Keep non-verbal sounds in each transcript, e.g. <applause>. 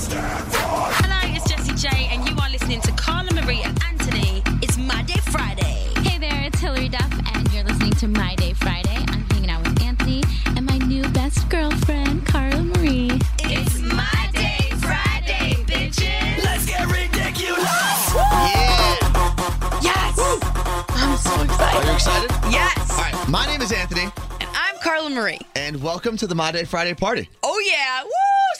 Hello, it's Jessie J, and you are listening to Carla Marie and Anthony. It's My Day Friday. Hey there, it's Hillary Duff, and you're listening to My Day Friday. I'm hanging out with Anthony and my new best girlfriend, Carla Marie. It's My Day Friday, bitches. Let's get ridiculous. Yes. I'm so excited. Are you excited? All Yes. right. My name is Anthony, And I'm Carla Marie. and welcome to the My Day Friday party. Oh yeah. Woo!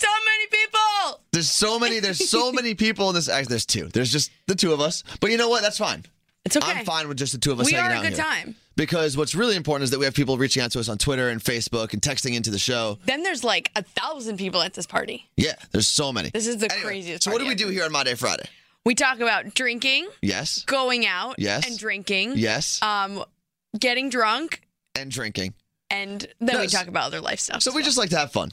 So many people. There's so many. There's <laughs> so many people in this. Actually, there's two. There's just the two of us. But you know what? That's fine. It's okay. I'm fine with just the two of us We hanging are a out good here. time. Because what's really important is that we have people reaching out to us on Twitter and Facebook and texting into the show. Then there's like a thousand people at this party. Yeah, there's so many. This is the Anyway, craziest. So what do party we do ever. here on My Day Friday? We talk about drinking, Yes, going out, Yes. and drinking. yes, Um, getting drunk, and drinking. and then No, we so- talk about other life stuff. So as we well. just like to have fun.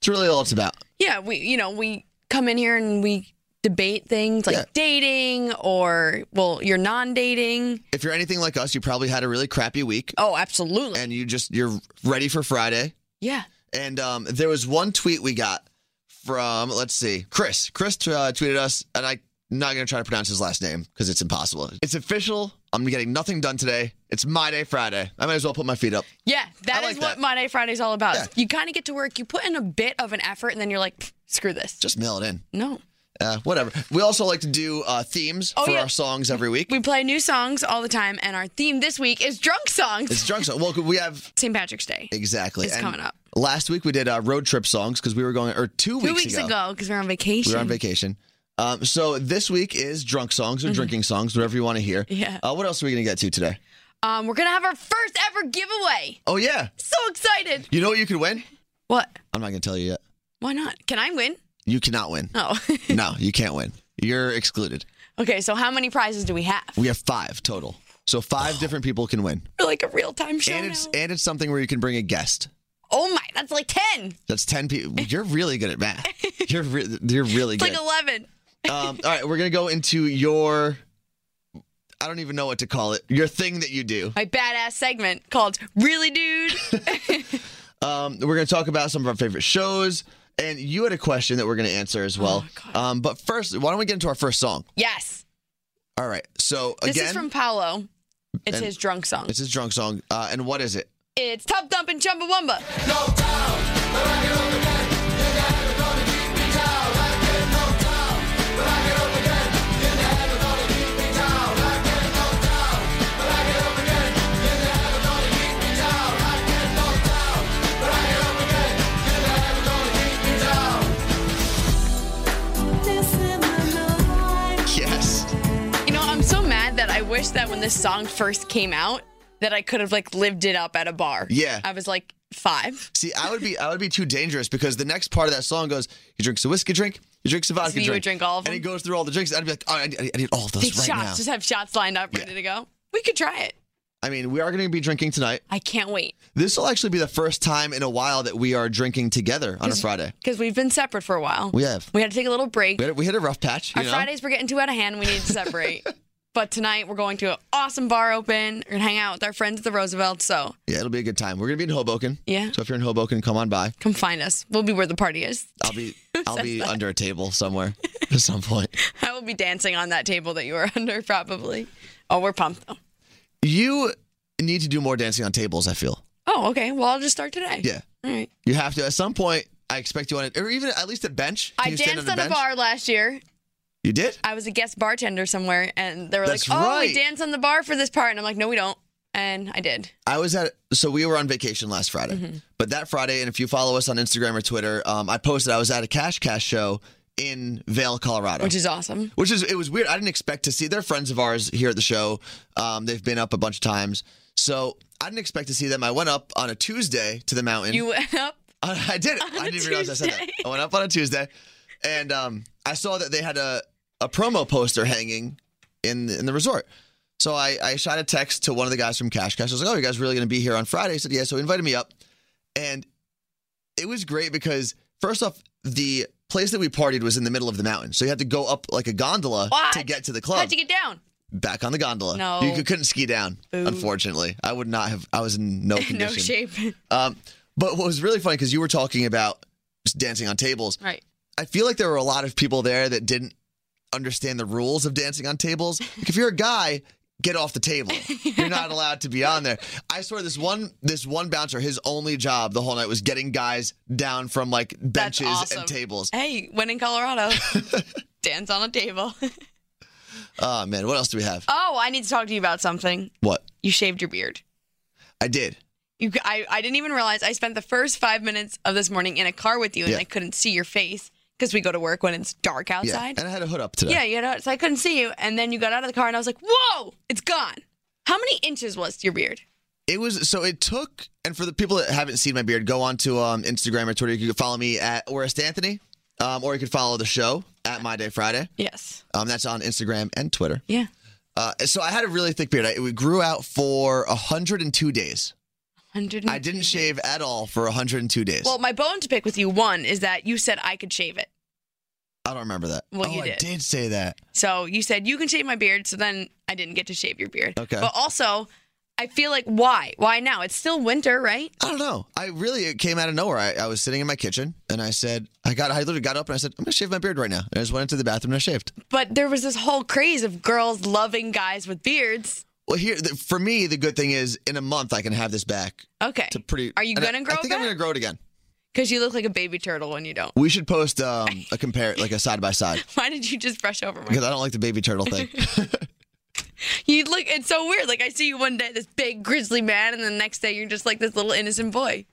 It's really all it's about. yeah, we you know we come in here and we debate things like Yeah. dating or well you're non-dating. If you're anything like us, you probably had a really crappy week, Oh, absolutely. and you just you're ready for Friday. yeah. And um, there was one tweet we got from, let's see, Chris. Chris uh, tweeted us, and I'm not going to try to pronounce his last name because it's impossible. It's official. I'm getting nothing done today. It's my day Friday. I might as well put my feet up. Yeah, that is like what that. Monday Friday's all about. Yeah. You kind of get to work, you put in a bit of an effort, and then you're like, "Pfft, screw this. Just mail it in. no. Uh, whatever. We also like to do uh, themes Oh, for yeah. our songs every week. We play new songs all the time, and our theme this week is drunk songs. it's drunk song. Well, we have St. Patrick's Day. exactly. It's And coming up. Last week we did uh, road trip songs because we were going, or two, Two weeks ago, because we're on vacation. We were on vacation. Um, so this week is drunk songs or drinking songs, whatever you want to hear. Mm-hmm. Yeah. Uh, what else are we going to get to today? um, we're gonna have our first ever giveaway. Oh, yeah. So excited! You know what you could win? What? I'm not going to tell you yet. Why not? Can I win? You cannot win. Oh, <laughs> <laughs> No, you can't win. You're excluded. okay. So how many prizes do we have? We have five total. So Oh. five different people can win. We're like a real time show And now. it's and it's something where you can bring a guest. oh my, that's like ten. That's ten <laughs> people. You're really good at math. You're re- you're really It's good. like eleven. um, all right, we're gonna go into your. I don't even know what to call it. Your thing that you do. My badass segment called "Really Dude." <laughs> Um, we're gonna talk about some of our favorite shows, and you had a question that we're gonna answer as well. Oh, God. um, but first, why don't we get into our first song? yes, All right. So this again, is from Paolo. It's And- his drunk song. it's his drunk song. Uh, and what is it? It's Tub Thump and Chumbawamba. Yes. You know, I'm so mad that I wish that when this song first came out, that I could have like lived it up at a bar. Yeah. I was like five. See, I would be I would be too dangerous because the next part of that song goes, he drinks a whiskey drink, he drinks a vodka you would drink, drink all of and he them? goes through all the drinks. I'd be like, oh, I need, I need all of those Big right shots. now. Just have shots lined up, ready Yeah. to go. We could try it. I mean, we are going to be drinking tonight. I can't wait This will actually be the first time in a while that we are drinking together on a Friday. because we've been separate for a while. We have. We had to take a little break. We hit, we hit a rough patch. You Our know? Fridays were getting too out of hand. We needed to separate. <laughs> but tonight we're going to an awesome bar open. We're gonna hang out with our friends at the Roosevelt. So Yeah, it'll be a good time. We're going to be in Hoboken. Yeah. So if you're in Hoboken, come on by. come find us. We'll be where the party is. I'll <laughs> be I'll be under a table somewhere at some point. <laughs> I will be dancing on that table that you are <laughs> under probably. Oh, we're pumped though. You need to do more dancing on tables. I feel. Oh, okay. Well, I'll just start today. Yeah. All right. You have to at some point. I expect you on it, or even at least a bench. Can I you stand danced the on a bench? bar last year. You did. I was a guest bartender somewhere, and they were That's like, "Oh, right. we dance on the bar for this part," and I'm like, "No, we don't." And I did. I was at so we were on vacation last Friday, Mm-hmm. but that Friday, and if you follow us on Instagram or Twitter, um, I posted I was at a Cash Cash show in Vail, Colorado, Which is awesome. which is it was weird. I didn't expect to see. They're friends of ours here at the show. Um, they've been up a bunch of times, so I didn't expect to see them. I went up on a Tuesday to the mountain. You went <laughs> up. <laughs> I did it. I didn't even realize I said that. Tuesday. I went up on a Tuesday, and um, I saw that they had a, a promo poster hanging in the, in the resort. So I, I shot a text to one of the guys from Cash Cash. I was like, "Oh, you guys really going to be here on Friday?" He said, "Yeah." So he invited me up, and it was great because first off, the place that we partied was in the middle of the mountain, so you had to go up like a gondola What? to get to the club. How'd you get down? Back on the gondola. No. you c- couldn't ski down. Unfortunately, I would not have. I was in no condition. <laughs> No shape. Um, but what was really funny because you were talking about just dancing on tables. right. I feel like there were a lot of people there that didn't understand the rules of dancing on <laughs> tables. Like if you're a guy, get off the table. You're not allowed to be on there. I swear this one this one bouncer, his only job the whole night was getting guys down from like That's benches awesome. and tables. Hey, when in <laughs> Colorado, dance on a table. <laughs> Oh man, what else do we have? oh, I need to talk to you about something. What? You shaved your beard. I did. You, I, I didn't even realize I spent the first five minutes of this morning in a car with you, and Yeah. I couldn't see your face because we go to work when it's dark Yeah. outside. And I had a hood up today. Yeah, you know, so I couldn't see you. And then you got out of the car, and I was like, whoa, it's gone. How many inches was your beard? It was so it took and for the people that haven't seen my beard, go on to um, Instagram or Twitter. You can follow me at Orest Anthony. Um, or you can follow the show at My Day Friday. Yes. Um, that's on Instagram and Twitter. Yeah. Uh, so I had a really thick beard. I, it grew out for 102 days. 100. I didn't shave at all for 102 days. Mm-hmm. Well, my bone to pick with you, one, is that you said I could shave it. I don't remember that. well, oh, you I did. did say that. So you said you can shave my beard, so then I didn't get to shave your beard. Okay. But also, I feel like why? Why now? It's still winter, right? I don't know. I really it came out of nowhere. I, I was sitting in my kitchen and I said, I got, I literally got up and I said, I'm gonna shave my beard right now. And I just went into the bathroom and I shaved. But there was this whole craze of girls loving guys with beards. Well, here the, for me, the good thing is in a month I can have this back Okay. to pretty. Are you and I- gonna grow I think I'm back? gonna grow it again. Because you look like a baby turtle when you don't. <laughs> We should post um, a compare, like a side by side, Why did you just brush over my? because I don't like the baby turtle thing. <laughs> <laughs> You look. It's so weird. Like I see you one day, this big grizzly man, and the next day you're just like this little innocent boy.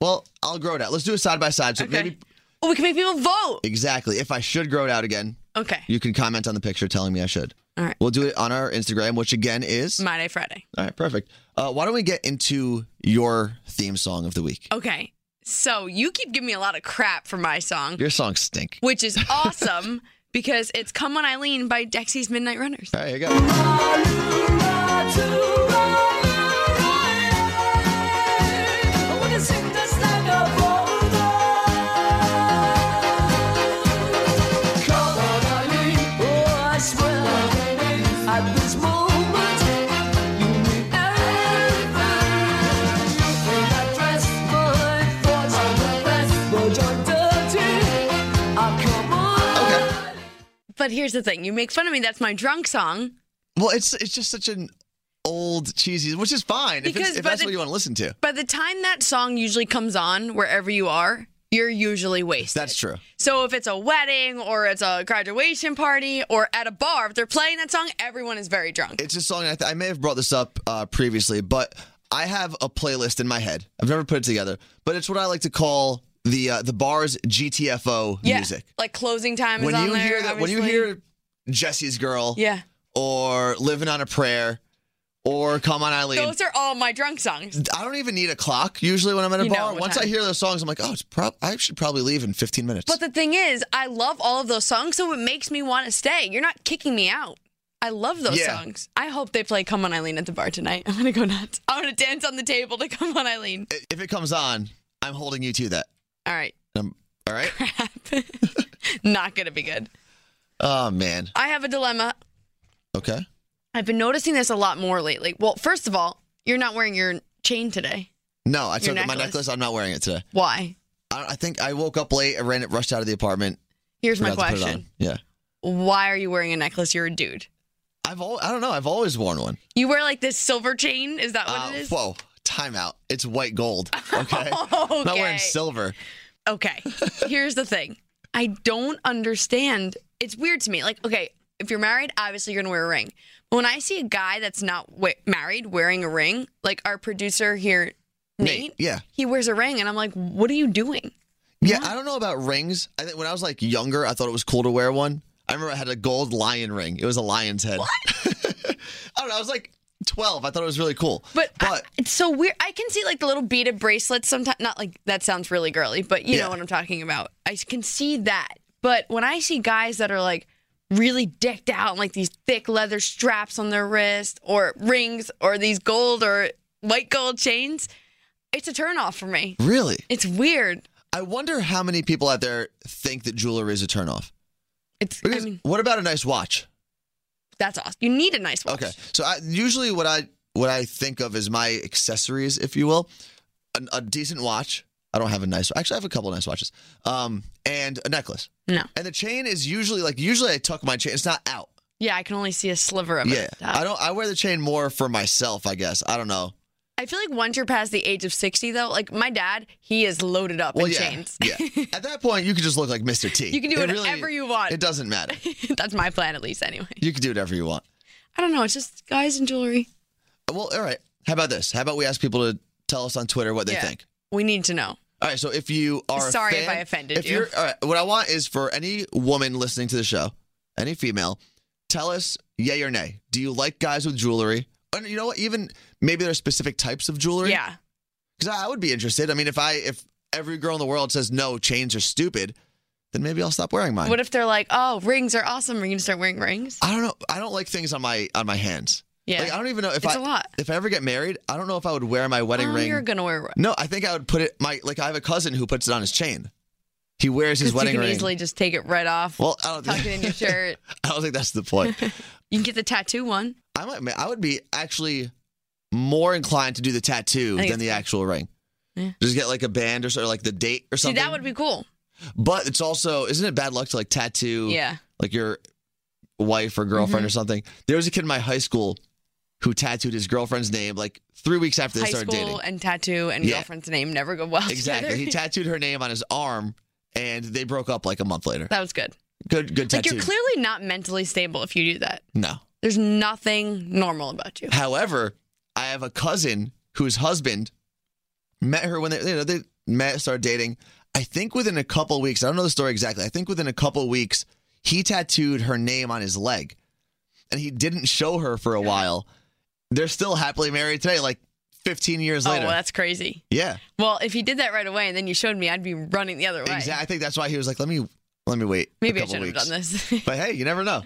well, I'll grow it out. Let's do a side by side. So Okay. maybe Oh, we can make people vote. exactly if I should grow it out again, Okay. you can comment on the picture telling me I should. All right. We'll do it on our Instagram, which again is. My day Friday. All right, perfect. Uh, why don't we get into your theme song of the week? Okay. So you keep giving me a lot of crap for my song, Your songs stink. <laughs> which is awesome because it's "Come On Eileen" by Dexy's Midnight Runners. All right, here you go. Okay. But here's the thing: you make fun of me. That's my drunk song. Well, it's it's just such an old cheesy, which is fine if, Because it's, if by that's the- what you want to listen to. By the time that song usually comes on, wherever you are, you're usually wasted. That's true. So if it's a wedding or it's a graduation party or at a bar, if they're playing that song, everyone is very drunk. It's a song. I, th- I may have brought this up uh, previously, but I have a playlist in my head. I've never put it together, but it's what I like to call the uh, the bar's GTFO yeah, music. like closing time is When on you there. hear that, when you obviously. hear Jesse's girl, yeah, or living on a prayer, or come on Eileen. those are all my <laughs> drunk songs. I don't even need a clock usually when I'm at a You know bar. what Once I time. hear those songs, I'm like, oh, it's prob- I should probably leave in 15 minutes. But the thing is, I love all of those songs, so it makes me want to stay. You're not kicking me out. I love those Yeah. songs. I hope they play "Come On Eileen" at the bar tonight. <laughs> I'm gonna go nuts. I'm gonna dance on the table to <laughs> "Come On Eileen." I- if it comes on, I'm holding you to that. All right, <laughs> And I'm- all right. not gonna be good. oh man. I have a dilemma. Okay. I've been noticing this a lot more lately. Well, first of all, you're not wearing your chain today. No, I Your took my necklace. necklace. I'm not wearing it today. Why? I, I think I woke up late. I ran it, rushed out of the apartment. Here's my forgot to put it question. on. Yeah. Why are you wearing a necklace? You're a dude. I've al- I don't know. I've always worn one. You wear like this silver chain? Is that what Uh, it <laughs> is? Whoa. Time out. It's white <laughs> gold. Okay. Okay. Not wearing silver. <laughs> okay. Here's the thing. I don't understand. It's weird to me. Like, okay, if you're married, obviously you're gonna wear a ring. But when I see a guy that's not wa- married wearing a ring, like our producer here, Nate, Nate, yeah. he wears a ring, and I'm like, what are you doing? Yeah, I don't know about rings. I think when I was like younger, I thought it was cool to wear one. I remember I had a gold lion ring. It was a lion's head. <laughs> I don't know. I was like 12. I thought it was really cool. But, I- but it's so weird. I can see like the little beaded bracelets sometimes. Not like that sounds really girly, but you Yeah. know what I'm talking about. I can see that. But when I see guys that are like really dicked out, and, like these thick leather straps on their wrist or rings or these gold or white gold chains, it's a turnoff for me. really, It's weird. I wonder how many people out there think that jewelry is a turnoff. It's Because I mean what about a nice watch? that's awesome. You need a nice watch. Okay, so I, usually what I what I think of as my accessories, if you will, an, a decent watch. I don't have a nice. Actually, I have a couple of nice watches. Um, and a necklace. No. And the chain is usually like usually I tuck my chain. It's not out. Yeah, I can only see a sliver of Yeah. it. Uh, I don't. I wear the chain more for myself. I guess. I don't know. I feel like once you're past the age of 60, though, like my dad, he is loaded up Well, in yeah. chains. Yeah. At that point, you could just look like Mr. T. You can do It whatever you want. It doesn't matter. <laughs> That's my plan, at least, anyway. You can do whatever you want. I don't know. It's just guys and jewelry. Well, all right. How about this? How about we ask people to tell us on Twitter what they Yeah. think? We need to know. All right, so if you are a Sorry if fan- I offended if you. You're, all right, what I want is for any woman listening to the show, any female, tell us yay or nay. Do you like guys with jewelry? And you know what? Even maybe there are specific types of jewelry. Yeah. because I would be interested. I mean, if I if every girl in the world says no, chains are stupid, then maybe I'll stop wearing mine. What if they're like, oh, rings are awesome. We're going to start wearing rings. I don't know. I don't like things on my on my hands. Yeah. like, I don't even know if It's I a lot. if I ever get married. I don't know if I would wear my wedding Oh, ring. You're going to wear No, I think I would put it my like I have a cousin who puts it on his chain. He wears his Because wedding you can ring. easily just take it right off, well, I don't tuck it <laughs> in your shirt. I don't think that's the <laughs> point. You can get the tattoo one. I might ma- I would be actually more inclined to do the tattoo I think than the it's- actual ring. Yeah. Just get like a band or sort of like the date or something. See, that would be cool. But it's also isn't it bad luck to like tattoo Yeah. Mm-hmm. like your wife or girlfriend or something? There was a kid in my high school who tattooed his girlfriend's name like three weeks after they High started school dating. and tattoo and Yeah. girlfriend's name never go <laughs> well. Exactly. He Together. tattooed her name on his arm and they broke up like a month later. that was good. Good good Like, tattoo. you're clearly not mentally stable if you do that. no. There's nothing normal about you. However, I have a cousin whose husband met her when they you know they met, started dating. I think within a couple weeks, I don't know the story exactly. I think within a couple weeks, he tattooed her name on his leg, and he didn't show her for a while. They're still happily married today, like 15 years Oh, later. well, that's crazy. yeah, Well, if he did that right away and then you showed me, I'd be running the other way. exactly. I think that's why he was like, "Let me, let me wait." Maybe a I couple should weeks. have done this. <laughs> But hey, you never know.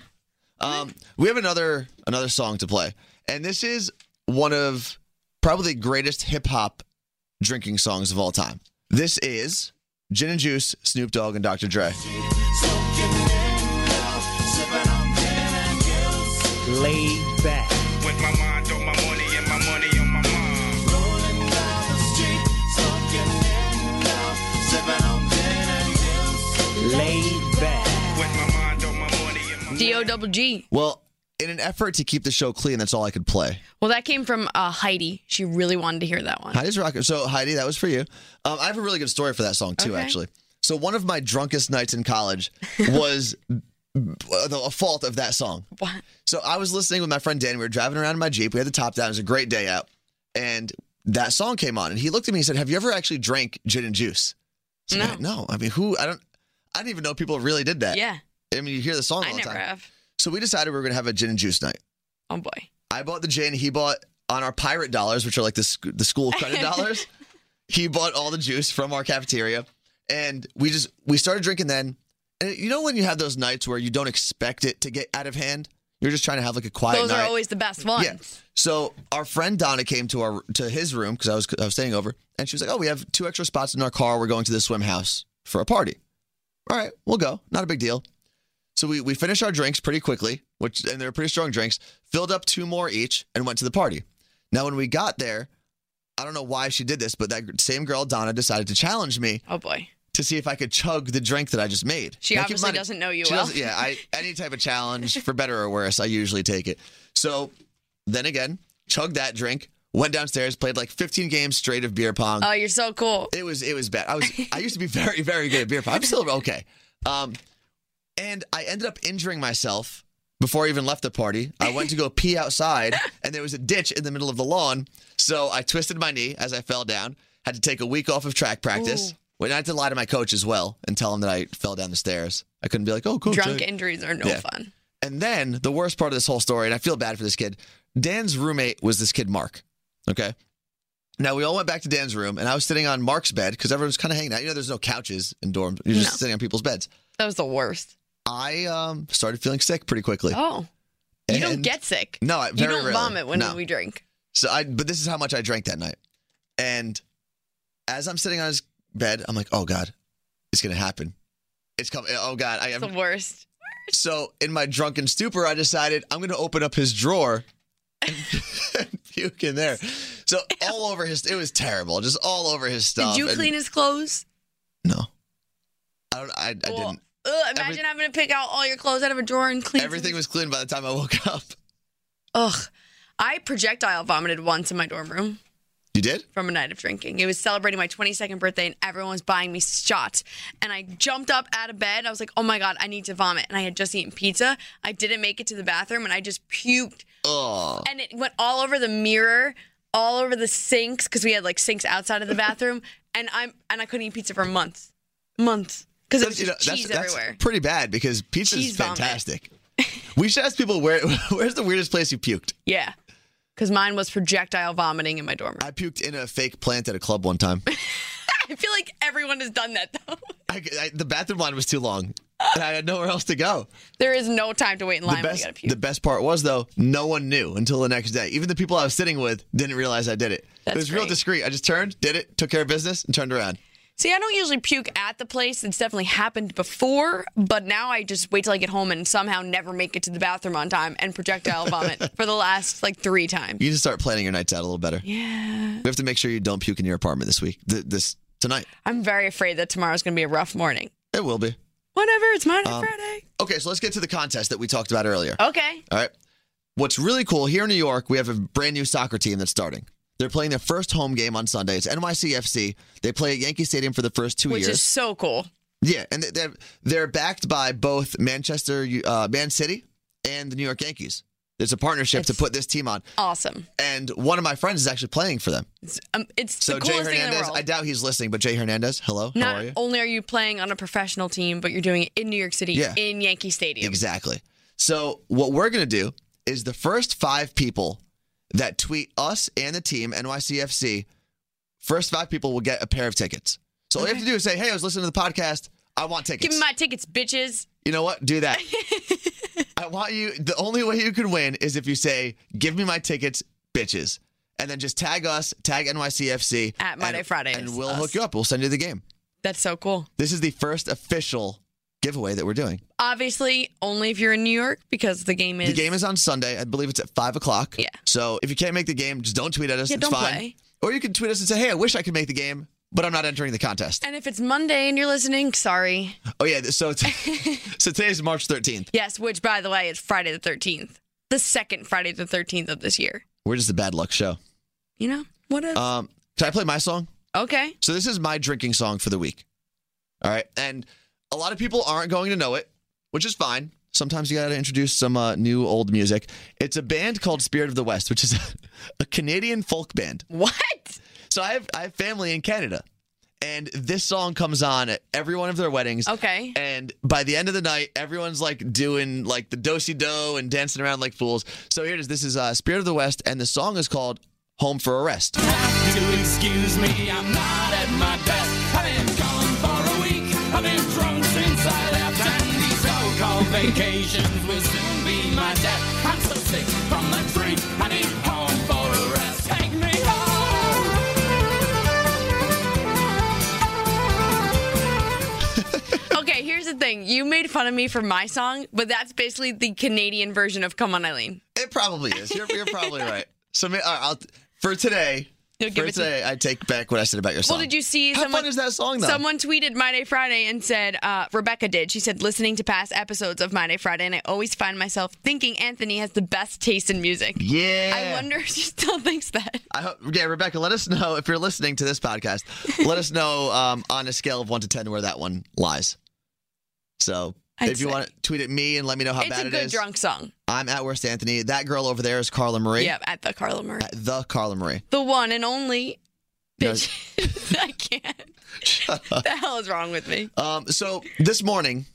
Um, we have another another song to play, and this is one of probably the greatest hip hop drinking songs of all time. This is Gin and Juice, Snoop Dogg, and Dr. Dre. laid back. With my mind on my money and my money on my mind. Laid back. With my mind on my money and my D O double G. Well, in an effort to keep the show clean, that's all I could play. Well, that came from uh, Heidi. She really wanted to hear that one. Heidi's rocking. So Heidi, that was for you. Um, I have a really good story for that song too, Okay. actually. So one of my drunkest nights in college was b- the a fault of that song. What? So I was listening with my friend Dan. We were driving around in my Jeep. We had the top down. It was a great day out. And that song came on. And he looked at me and said, Have you ever actually drank gin and juice? I said, No. "Man, no. I mean, who? I don't. I didn't even know people really did that. Yeah, I mean, you hear the song I all the never time. have. So we decided we were going to have a gin and juice night. Oh boy. I bought the gin. He bought on our pirate dollars, which are like the, sc- the school <laughs> credit dollars. He bought all the juice from our cafeteria, and we just we started drinking then. And you know when you have those nights where you don't expect it to get out of hand, you're just trying to have like a quiet Those night. are always the best ones. Yeah. So our friend Donna came to our to his room because I was I was staying over, and she was like, "Oh, we have two extra spots in our car. We're going to the swim house for a party. All right, we'll go. Not a big deal." So we we finished our drinks pretty quickly, which and they were pretty strong drinks. Filled up two more each and went to the party. Now when we got there, I don't know why she did this, but that same girl Donna decided to challenge me Oh boy. to see if I could chug the drink that I just made. She Now, keep in obviously mind- doesn't know you she well. doesn't- yeah, <laughs> I, any type of challenge, for better or worse, I usually take it. So then again, chugged that drink, went downstairs, played like 15 games straight of beer pong. Oh, you're so cool. it was it was bad. I was I used to be <laughs> very very good at beer pong. I'm still okay. Um, and I ended up injuring myself before I even left the party. I went to go pee <laughs> outside, and there was a ditch in the middle of the lawn. So I twisted my knee as I fell down. Had to take a week off of track practice. Ooh. When I had to lie to my coach as well and tell him that I fell down the stairs. I couldn't be like, oh, coach. Drunk I- injuries are no Yeah. fun. and then the worst part of this whole story, and I feel bad for this kid. Dan's roommate was this kid, Mark. Okay. Now we all went back to Dan's room, and I was sitting on Mark's bed because everyone's kind of hanging out. You know, there's no couches in dorms. You're just No. sitting on people's beds. That was the worst. I um, started feeling sick pretty quickly. Oh, you don't And- get sick. No, I, you very don't rarely. vomit when No. we drink. So I, but this is how much I drank that night. And as I'm sitting on his bed, I'm like, oh God, it's going to happen. It's coming. Oh God. I It's am. the worst. So in my drunken <laughs> stupor, I decided I'm going to open up his drawer and, puke in there. So all over his, it was terrible. Just all over his stuff. Did you and- clean his clothes? No, I don't. I, I Well, didn't. Ugh, imagine Every- having to pick out all your clothes out of a drawer and clean. Everything some- was clean by the time I woke up. Ugh. I projectile vomited once in my dorm room You did? from a night of drinking. It was celebrating my 22nd birthday and everyone was buying me shots. And I jumped up out of bed. I was like, oh my God, I need to vomit. And I had just eaten pizza. I didn't make it to the bathroom and I just puked Oh, and it went all over the mirror, all over the sinks because we had like sinks outside of the bathroom, <laughs> and I'm and I couldn't eat pizza for months, months because it was you know, just cheese everywhere. pretty bad because pizza is Cheese vomit. <laughs> fantastic. we should ask people where <laughs> where's the weirdest place you puked. yeah, because mine was projectile vomiting in my dorm room. <laughs> I puked in a fake plant at a club one time. I feel like everyone has done that though. <laughs> I, I- the bathroom line was too long, and I had nowhere else to go. there is no time to wait in The line when you best, gotta puke. the best part was though, no one knew until the next day. Even the people I was sitting with didn't realize I did it. That's it was real great. discreet. I just turned, did it, took care of business, and turned around. See, I don't usually puke at the place. It's definitely happened before, but now I just wait till I get home and somehow never make it to the bathroom on time and <laughs> projectile vomit for the last like three times. You need to start planning your nights out a little better. Yeah. We have to make sure you don't puke in your apartment this week. Th- this tonight. I'm very afraid that tomorrow's gonna be a rough morning. It will be. Whatever, it's Monday, Um, Friday. Okay, so let's get to the contest that we talked about earlier. Okay. All right. What's really cool here in New York, we have a brand new soccer team that's starting. They're playing their first home game on Sunday. It's NYCFC. They play at Yankee Stadium for the first two Which years. is so cool. Yeah, and they- they're they're backed by both Manchester, uh, Man City, and the New York Yankees. There's a partnership to put this team on, Awesome. and one of my friends is actually playing for them. It's, um, it's So the Jay coolest thing in the Hernandez, world. I doubt he's listening, but Jay Hernandez, hello, Not how are you? only are you playing on a professional team, but you're doing it in New York City Yeah. in Yankee Stadium. Exactly. So what we're gonna do is the first five people that tweet us and the team NYCFC, first five people will get a pair of tickets. So all you have to do is say, "Hey, I was listening to the podcast. I want tickets." Give me my tickets, bitches. You know what? Do <laughs> that. I want you. The only way you can win is if you say, "Give me my tickets, bitches," and then just tag us, tag NYCFC At Monday and, Fridays, and we'll us. hook you up. We'll send you the game. That's so cool. This is the first official giveaway that we're doing. Obviously, only if you're in New York because the game is. the game is on Sunday. I believe it's at five o'clock. Yeah. So if you can't make the game, just don't tweet at us. Yeah, it's don't fine. play. Or you can tweet us and say, "Hey, I wish I could make the game." But I'm not entering the contest. And if it's Monday and you're listening, sorry. Oh yeah, so <laughs> t- <laughs> so today's March 13th. Yes, which by the way is Friday the 13th, the second Friday the 13th of this year. We're just a bad luck show. You know what? If, Um, can I play my song? okay. So this is my drinking song for the week. All right. And a lot of people aren't going to know it, which is fine. Sometimes you got to introduce some uh, new old music. It's a band called Spirit of the West, which is <laughs> a, Canadian folk band. What? So I have I have family in Canada. And this song comes on at every one of their weddings. Okay. And by the end of the night, everyone's like doing like the do-si do and dancing around like fools. So here it is. This is uh, Spirit of the West, and the song is called Home for Arrest. to excuse me, I'm not at my best. I've been gone for a week. I've been drunk since I left, and these so-called vacations will soon be my death. I'm so sick from the drink. I need home for a rest. Take me home. Okay, here's the thing. You made fun of me for my song, but that's basically the Canadian version of Come On Eileen. It probably is. You're, you're <laughs> probably right. So ma- all right, I'll, for today, You'll give for it to- today, I take back what I said about your song. Well, did you see How someone fun is that song though? someone tweeted My Day Friday and said uh, Rebecca did. She said listening to past episodes of My Day Friday and I always find myself thinking Anthony has the best taste in music. yeah. I wonder if she still thinks that. I hope, yeah, Rebecca. Let us know if you're listening to this <laughs> podcast. let us know um, on a scale of one to ten where that one lies. So. I'd if you say- want to tweet at me and let me know how it's bad a it good is, drunk song. I'm at worst Anthony. That girl over there is Carla Marie. Yeah, at the Carla Murray. At the Carla Marie. the one and only No. bitch. <laughs> I can't. What the hell is wrong with me? Um, so this morning,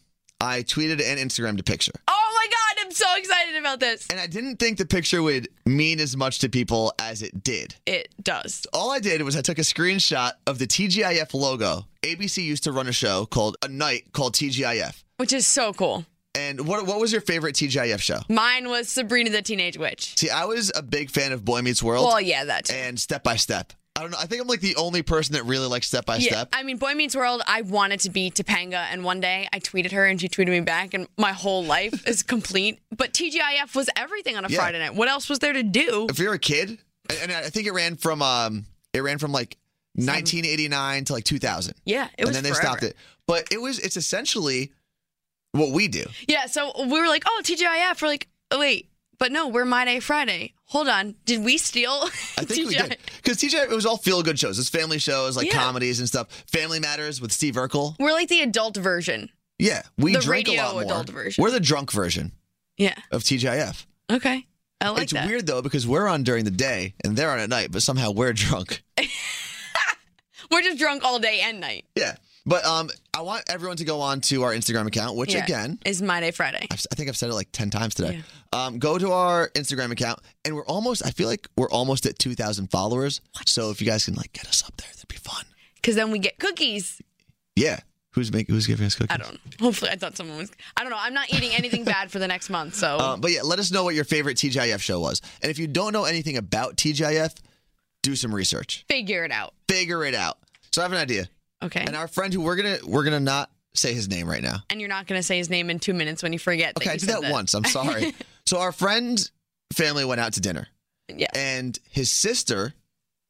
I tweeted and Instagrammed a picture. Oh my god, I'm so excited about this. And I didn't think the picture would mean as much to people as it did. It does. All I did was I took a screenshot of the TGIF logo. ABC used to run a show called A Night called TGIF. Which is so cool. And what what was your favorite TGIF show? Mine was Sabrina the Teenage Witch. See, I was a big fan of Boy Meets World Well, yeah, that too. and Step by Step. I don't know. I think I'm like the only person that really likes Step by Yeah, Step. I mean, Boy Meets World. I wanted to be Topanga, and one day I tweeted her, and she tweeted me back, and my whole <laughs> life is complete. But TGIF was everything on a Yeah. Friday night. What else was there to do? if you're a kid And, and I think it ran from um, it ran from like 1989 to like 2000. Yeah, it and was then they forever. stopped it. But it was it's essentially what we do. Yeah, so we were like, oh, TGIF. We're like, oh, wait, but no, we're My Day Friday. Hold on. Did we steal <laughs> I think we TGI? did because TJ it was all feel good shows. It's family shows like Yeah. comedies and stuff. Family Matters with Steve Urkel. We're like the adult version. Yeah, we The drink a radio lot more. adult version. We're the drunk version Yeah. of TGIF. Okay. I like it's that. weird though because we're on during the day and they're on at night, but somehow we're <laughs> drunk. We're just drunk all day and night. Yeah, but um, I want everyone to go on to our Instagram account, which Yeah. again, Is My Day Friday. I've, I think I've said it like ten times today. Um, go to our Instagram account, and we're almost. I feel like we're almost at two thousand followers. So if you guys can like get us up there, that'd be fun. Because then we get cookies. Yeah, who's making? Who's giving us cookies? I don't know. Hopefully, I thought someone was. I don't know. I'm not eating anything bad for the next month. So <laughs> Uh, but yeah, let us know what your favorite TGIF show was, and if you don't know anything about TGIF, do some research, figure it out. figure it out. So I have an idea, Okay. and our friend who we're gonna we're gonna not say his name right now. And you're not going to say his name in two minutes when you forget. Okay, that I you did said that, once. I'm sorry. so our friend's family went out to dinner. Yeah. And his sister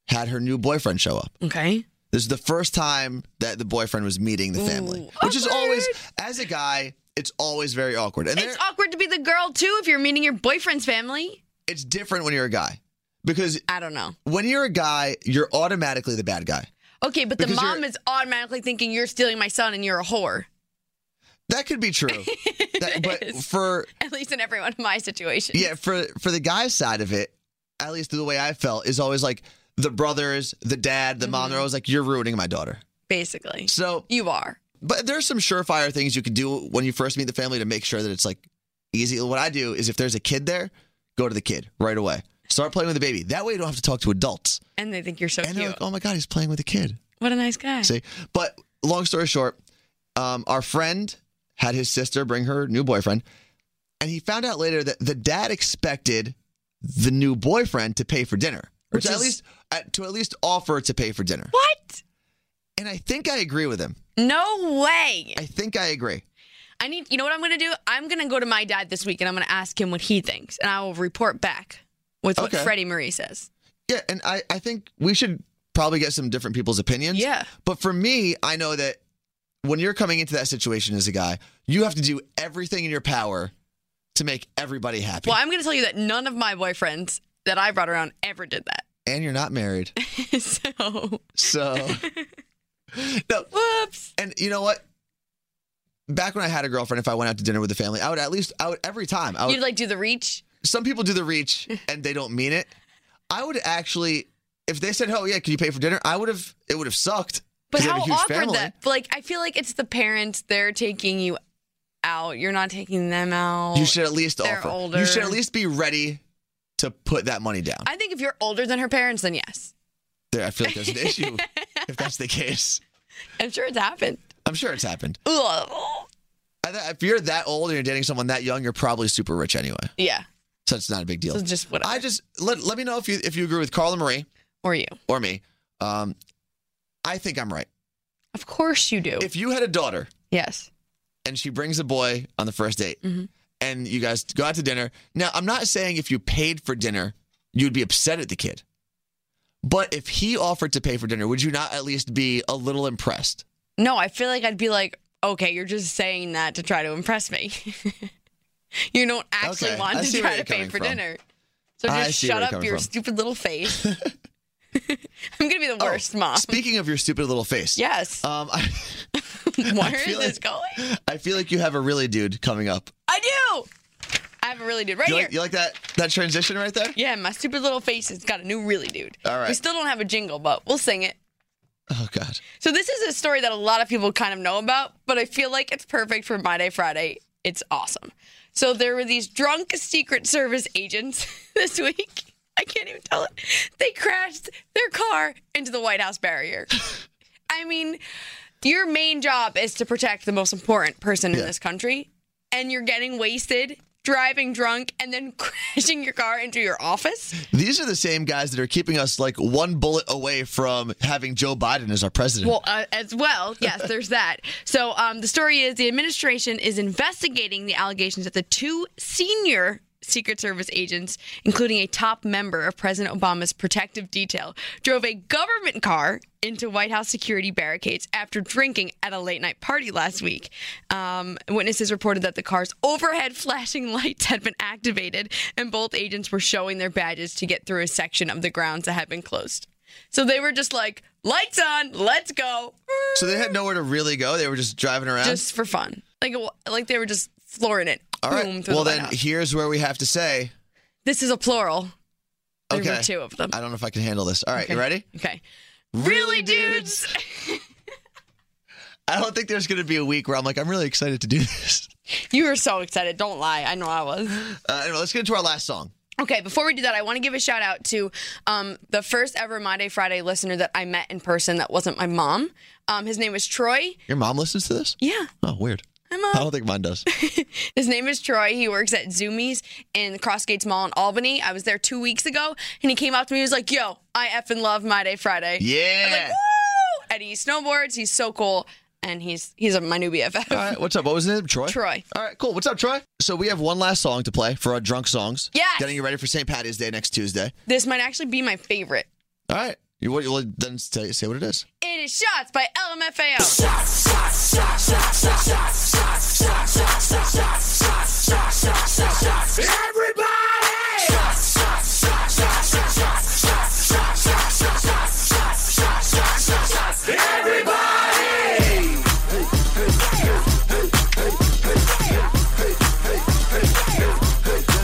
had her new boyfriend show up. <laughs> Okay. This is the first time that the boyfriend was meeting the family, Ooh, which is always, awkward. as a guy, it's always very awkward. And It's there- awkward to be the girl too if you're meeting your boyfriend's family. it's different when you're a guy because I don't know. when you're a guy, you're automatically the bad guy. Okay, but the Because mom you're- is automatically thinking you're stealing my son and you're a whore. <laughs> That could be true. That- but for At least in every one of my situations. yeah, for for the guy's side of it, at least the way I felt is always like the brothers, the dad, the mom, they're always like, You're ruining my daughter. Basically. So You are. But there's some surefire things you can do when you first meet the family to make sure that it's like easy. What I do is if there's a kid there, go to the kid right away. Start playing with the baby. That way you don't have to talk to adults. And they think you're so And they're cute. like, oh my God, he's playing with a kid. what a nice <laughs> guy. See? But long story short, um, our friend had his sister bring her new boyfriend. And he found out later that the dad expected the new boyfriend to pay for dinner. Or Which to at is- least at, to at least offer to pay for dinner. What? And I think I agree with him. No way. I think I agree. I need you know what I'm gonna do? I'm gonna go to my dad this week and I'm gonna ask him what he thinks and I will report back with what Okay. Freddie Marie says. Yeah, and I, I think we should probably get some different people's opinions. Yeah. But for me, I know that when you're coming into that situation as a guy, you have to do everything in your power to make everybody happy. Well, I'm gonna tell you that none of my boyfriends that I brought around ever did that. <laughs> And you're not married. so <laughs> So no, whoops. and you know what? Back when I had a girlfriend, if I went out to dinner with the family, I would at least I would every time. I would You'd like do the reach? some people do the <laughs> reach and they don't mean it. I would actually if they said, Oh yeah, can you pay for dinner? I would have it would have sucked. But 'cause they how have a huge awkward family. that but, like I feel like it's the parents, they're taking you out. You're not taking them out. You should at least They're offer. older. You should at least be ready to put that money down. I, I think if you're older than her parents, then yes. there, I feel like there's an <laughs> issue if that's the case. I'm sure it's happened. I'm sure it's happened. Ugh. I th- If you're that old and you're dating someone that young, you're probably super rich anyway, Yeah. so it's not a big deal. So just whatever. I just let let me know if you if you agree with Carla Marie or you. or me. Um, I think I'm right. Of course you do. If you had a daughter yes. and she brings a boy on the first date, Mm-hmm. and you guys go out to dinner. Now, I'm not saying if you paid for dinner, you'd be upset at the kid. But if he offered to pay for dinner, would you not at least be a little impressed? No, I feel like I'd be like, okay, you're just saying that to try to impress me. <laughs> you don't actually Okay, I want see where to try you're to pay coming for from. dinner. So I just see where shut you're up coming your from. stupid <laughs> little face. <laughs> I'm gonna be the worst mom. Oh, Speaking of your stupid little face. yes. Um, <laughs> I, Where is feel this like- going? I feel like you have a really dude coming up. I do. I have a really dude right You here. like, you like that that transition right there? yeah, my stupid little face has got a new really dude. All right. We still don't have a jingle, but we'll sing it. Oh God. So this is a story that a lot of people kind of know about, but I feel like it's perfect for My Day Friday. It's awesome. So there were these drunk Secret Service agents <laughs> this week. I can't even tell it. They crashed their car into the White House barrier. I mean, your main job is to protect the most important person in Yeah. this country, and you're getting wasted, driving drunk, and then <laughs> crashing your car into your office. These are the same guys that are keeping us like one bullet away from having Joe Biden as our president. Well, uh, as well, <laughs> yes, there's that. So um, the story is the administration is investigating the allegations that the two senior Secret Service agents, including a top member of President Obama's protective detail, drove a government car into White House security barricades after drinking at a late night party last week. Um, witnesses reported that the car's overhead <laughs> flashing lights had been activated, and both agents were showing their badges to get through a section of the grounds that had been closed. So they were just like, lights on, let's go. So they had nowhere to really go. They were just driving around. just for fun. Like, it wa- like they were just flooring it. All right. Boom, through well, the then White House. here's where we have to say. This is a plural. There Okay. were two of them. I don't know if I can handle this. All right, you Okay. ready? Okay. Really, dudes? I don't think there's going to be a week where I'm like, I'm really excited to do <laughs> this. You were so excited. Don't lie. I know I was. Uh, anyway, let's get into our last song. Okay, before we do that, I want to give a shout out to um, the first ever My Day Friday listener that I met in person that wasn't my mom. Um, his name is Troy. Your mom listens to this? Yeah, Oh, weird. my I mom. don't think mine does. <laughs> His name is Troy. He works at Zoomies in the Crossgates Mall in Albany. I was there two weeks ago, and he came out to me. He was like, "Yo, I effing love My Day Friday." I was like, Yeah. "Woo!" And he snowboards. He's so cool, and he's he's a, my new BFF. All right, what's up? What was his name? Troy? Troy. All right, cool. What's up, Troy? So we have one last song to play for our drunk songs. Yes! Getting you ready for St. Patty's Day next Tuesday. This might actually be my favorite. All right. You, what, well, then say, say what it is. It is Shots by LMFAO.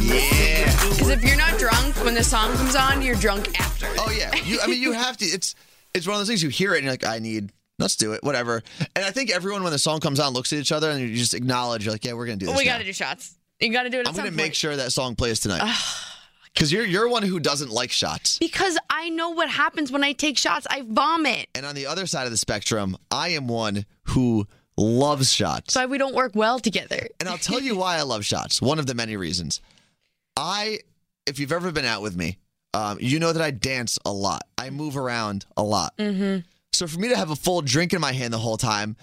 Yeah. Because if you're not drunk when the song comes on, you're drunk after. Oh yeah. You, I mean, you have to. It's it's one of those things. You hear it and you're like, I need. Let's do it. Whatever. And I think everyone, when the song comes on, looks at each other and you just acknowledge. You're like, yeah, we're gonna do this. we now. got to do shots. You got to do it at I'm some gonna point. make sure that song plays tonight. Because you're you're one who doesn't like shots. Because I know what happens when I take shots. I vomit. And on the other side of the spectrum, I am one who loves shots. That's why we don't work well together. And I'll tell you why I love shots. One of the many reasons. I, if you've ever been out with me, um, you know that I dance a lot. I move around a lot. Mm-hmm. So for me to have a full drink in my hand the whole time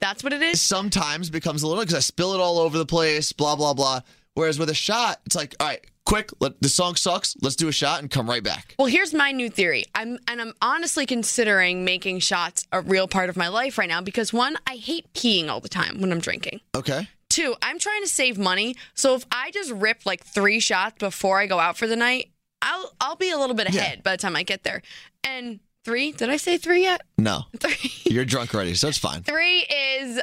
That's what it is. sometimes becomes a little because I spill it all over the place, blah blah blah. Whereas with a shot, it's like, all right, quick, let, the song sucks. Let's do a shot and come right back. Well, here's my new theory. I'm and I'm honestly considering making shots a real part of my life right now because one, I hate peeing all the time when I'm drinking. Okay. Two, I'm trying to save money. So if I just rip like three shots before I go out for the night, I'll I'll be a little bit ahead by the time I get there. And three, did I say three yet? <laughs> No, Three. you're drunk already, so it's fine. Three is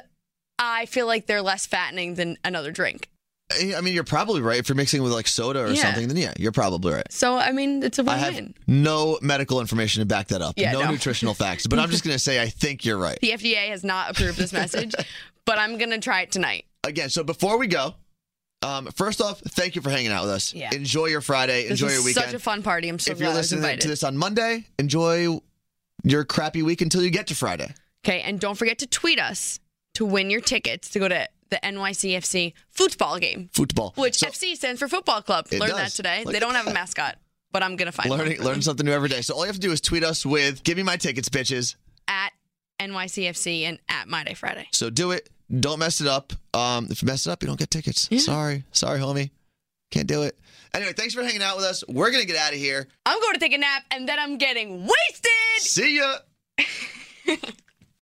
I feel like they're less fattening than another drink. I I mean, you're probably right. If you're mixing with like soda or Yeah. something, then yeah, you're probably right. So I mean, it's a I win-win. have no medical information to back that up. Yeah, no, no. <laughs> nutritional facts, but I'm just gonna say I think you're right. The FDA has not approved <laughs> this message, but I'm gonna try it tonight. Again, so before we go, um, first off, thank you for hanging out with us. Yeah. Enjoy your Friday. This enjoy was your weekend. Such a fun party. I'm so if glad you're I was listening invited. to this on Monday, enjoy your crappy week until you get to Friday. Okay, and don't forget to tweet us to win your tickets to go to the NYCFC football game, Football. which So, FC stands for football club. It Learned does. that today. Look they at don't <laughs> have a that. mascot, but I'm gonna find learning one. learn something new every day. So all you have to do is tweet us with "Give me my tickets, bitches." at NYCFC and at My Day Friday. So do it. Don't mess it up. Um, if you mess it up, you don't get tickets. Sorry, sorry, homie. Can't do it. Anyway, thanks for hanging out with us. We're gonna get out of here. I'm going to take a nap and then I'm getting wasted. See ya.